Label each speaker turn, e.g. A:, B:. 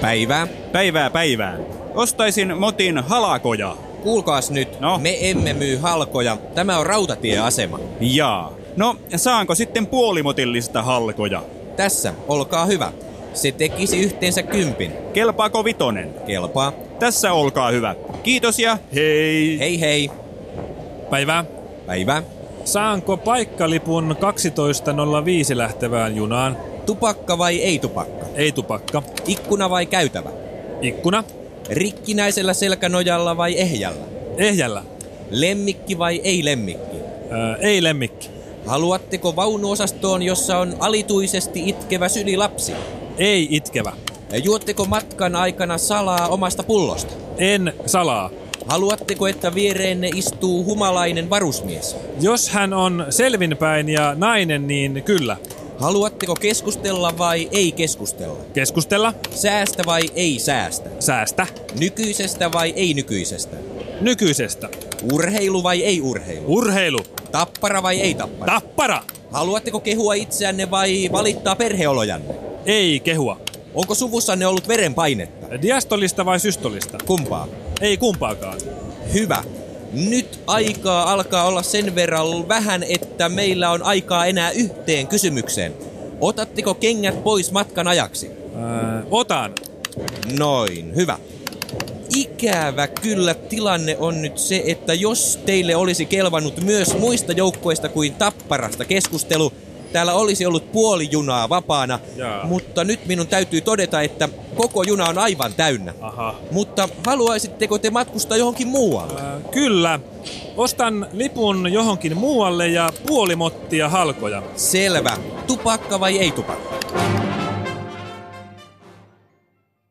A: Päivää.
B: Päivää päivää. Ostaisin motin halakoja.
A: Kuulkaas nyt,
B: No?
A: me emme myy halkoja. Tämä on rautatieasema.
B: Jaa. No, saanko sitten puolimotillista halkoja?
A: Tässä, olkaa hyvä. Se tekisi yhteensä kympin.
B: Kelpaako vitonen?
A: Kelpaa.
B: Tässä olkaa hyvä. Kiitos ja hei!
A: Hei hei.
C: Päivää.
A: Päivää.
C: Saanko paikkalipun 12.05 lähtevään junaan?
A: Tupakka vai ei tupakka?
C: Ei tupakka.
A: Ikkuna vai käytävä?
C: Ikkuna.
A: Rikkinäisellä selkänojalla vai ehjällä?
C: Ehjällä.
A: Lemmikki vai ei lemmikki?
C: Öö, ei lemmikki.
A: Haluatteko vaunuosastoon, jossa on alituisesti itkevä syli lapsi?
C: Ei itkevä.
A: Juotteko matkan aikana salaa omasta pullosta?
C: En salaa.
A: Haluatteko, että viereenne istuu humalainen varusmies?
C: Jos hän on selvinpäin ja nainen, niin kyllä.
A: Haluatteko keskustella vai ei keskustella?
C: Keskustella.
A: Säästä vai ei säästä?
C: Säästä.
A: Nykyisestä vai ei nykyisestä?
C: Nykyisestä.
A: Urheilu vai ei urheilu?
C: Urheilu.
A: Tappara vai ei tappara?
C: Tappara.
A: Haluatteko kehua itseänne vai valittaa perheolojanne?
C: Ei kehua.
A: Onko suvussanne ollut verenpainetta?
C: Diastolista vai systolista?
A: Kumpaa?
C: Ei kumpaakaan.
A: Hyvä. Nyt aikaa alkaa olla sen verran vähän, että meillä on aikaa enää yhteen kysymykseen. Otatteko kengät pois matkan ajaksi?
C: Öö, otan.
A: Noin, hyvä. Ikävä kyllä tilanne on nyt se, että jos teille olisi kelvannut myös muista joukkoista kuin tapparasta keskustelu, täällä olisi ollut puoli junaa vapaana,
C: Jaa.
A: mutta nyt minun täytyy todeta, että koko juna on aivan täynnä.
C: Aha.
A: Mutta haluaisitteko te matkustaa johonkin muualle?
C: Öö, kyllä. Ostan lipun johonkin muualle ja puoli mottia halkoja.
A: Selvä. Tupakka vai ei tupakka?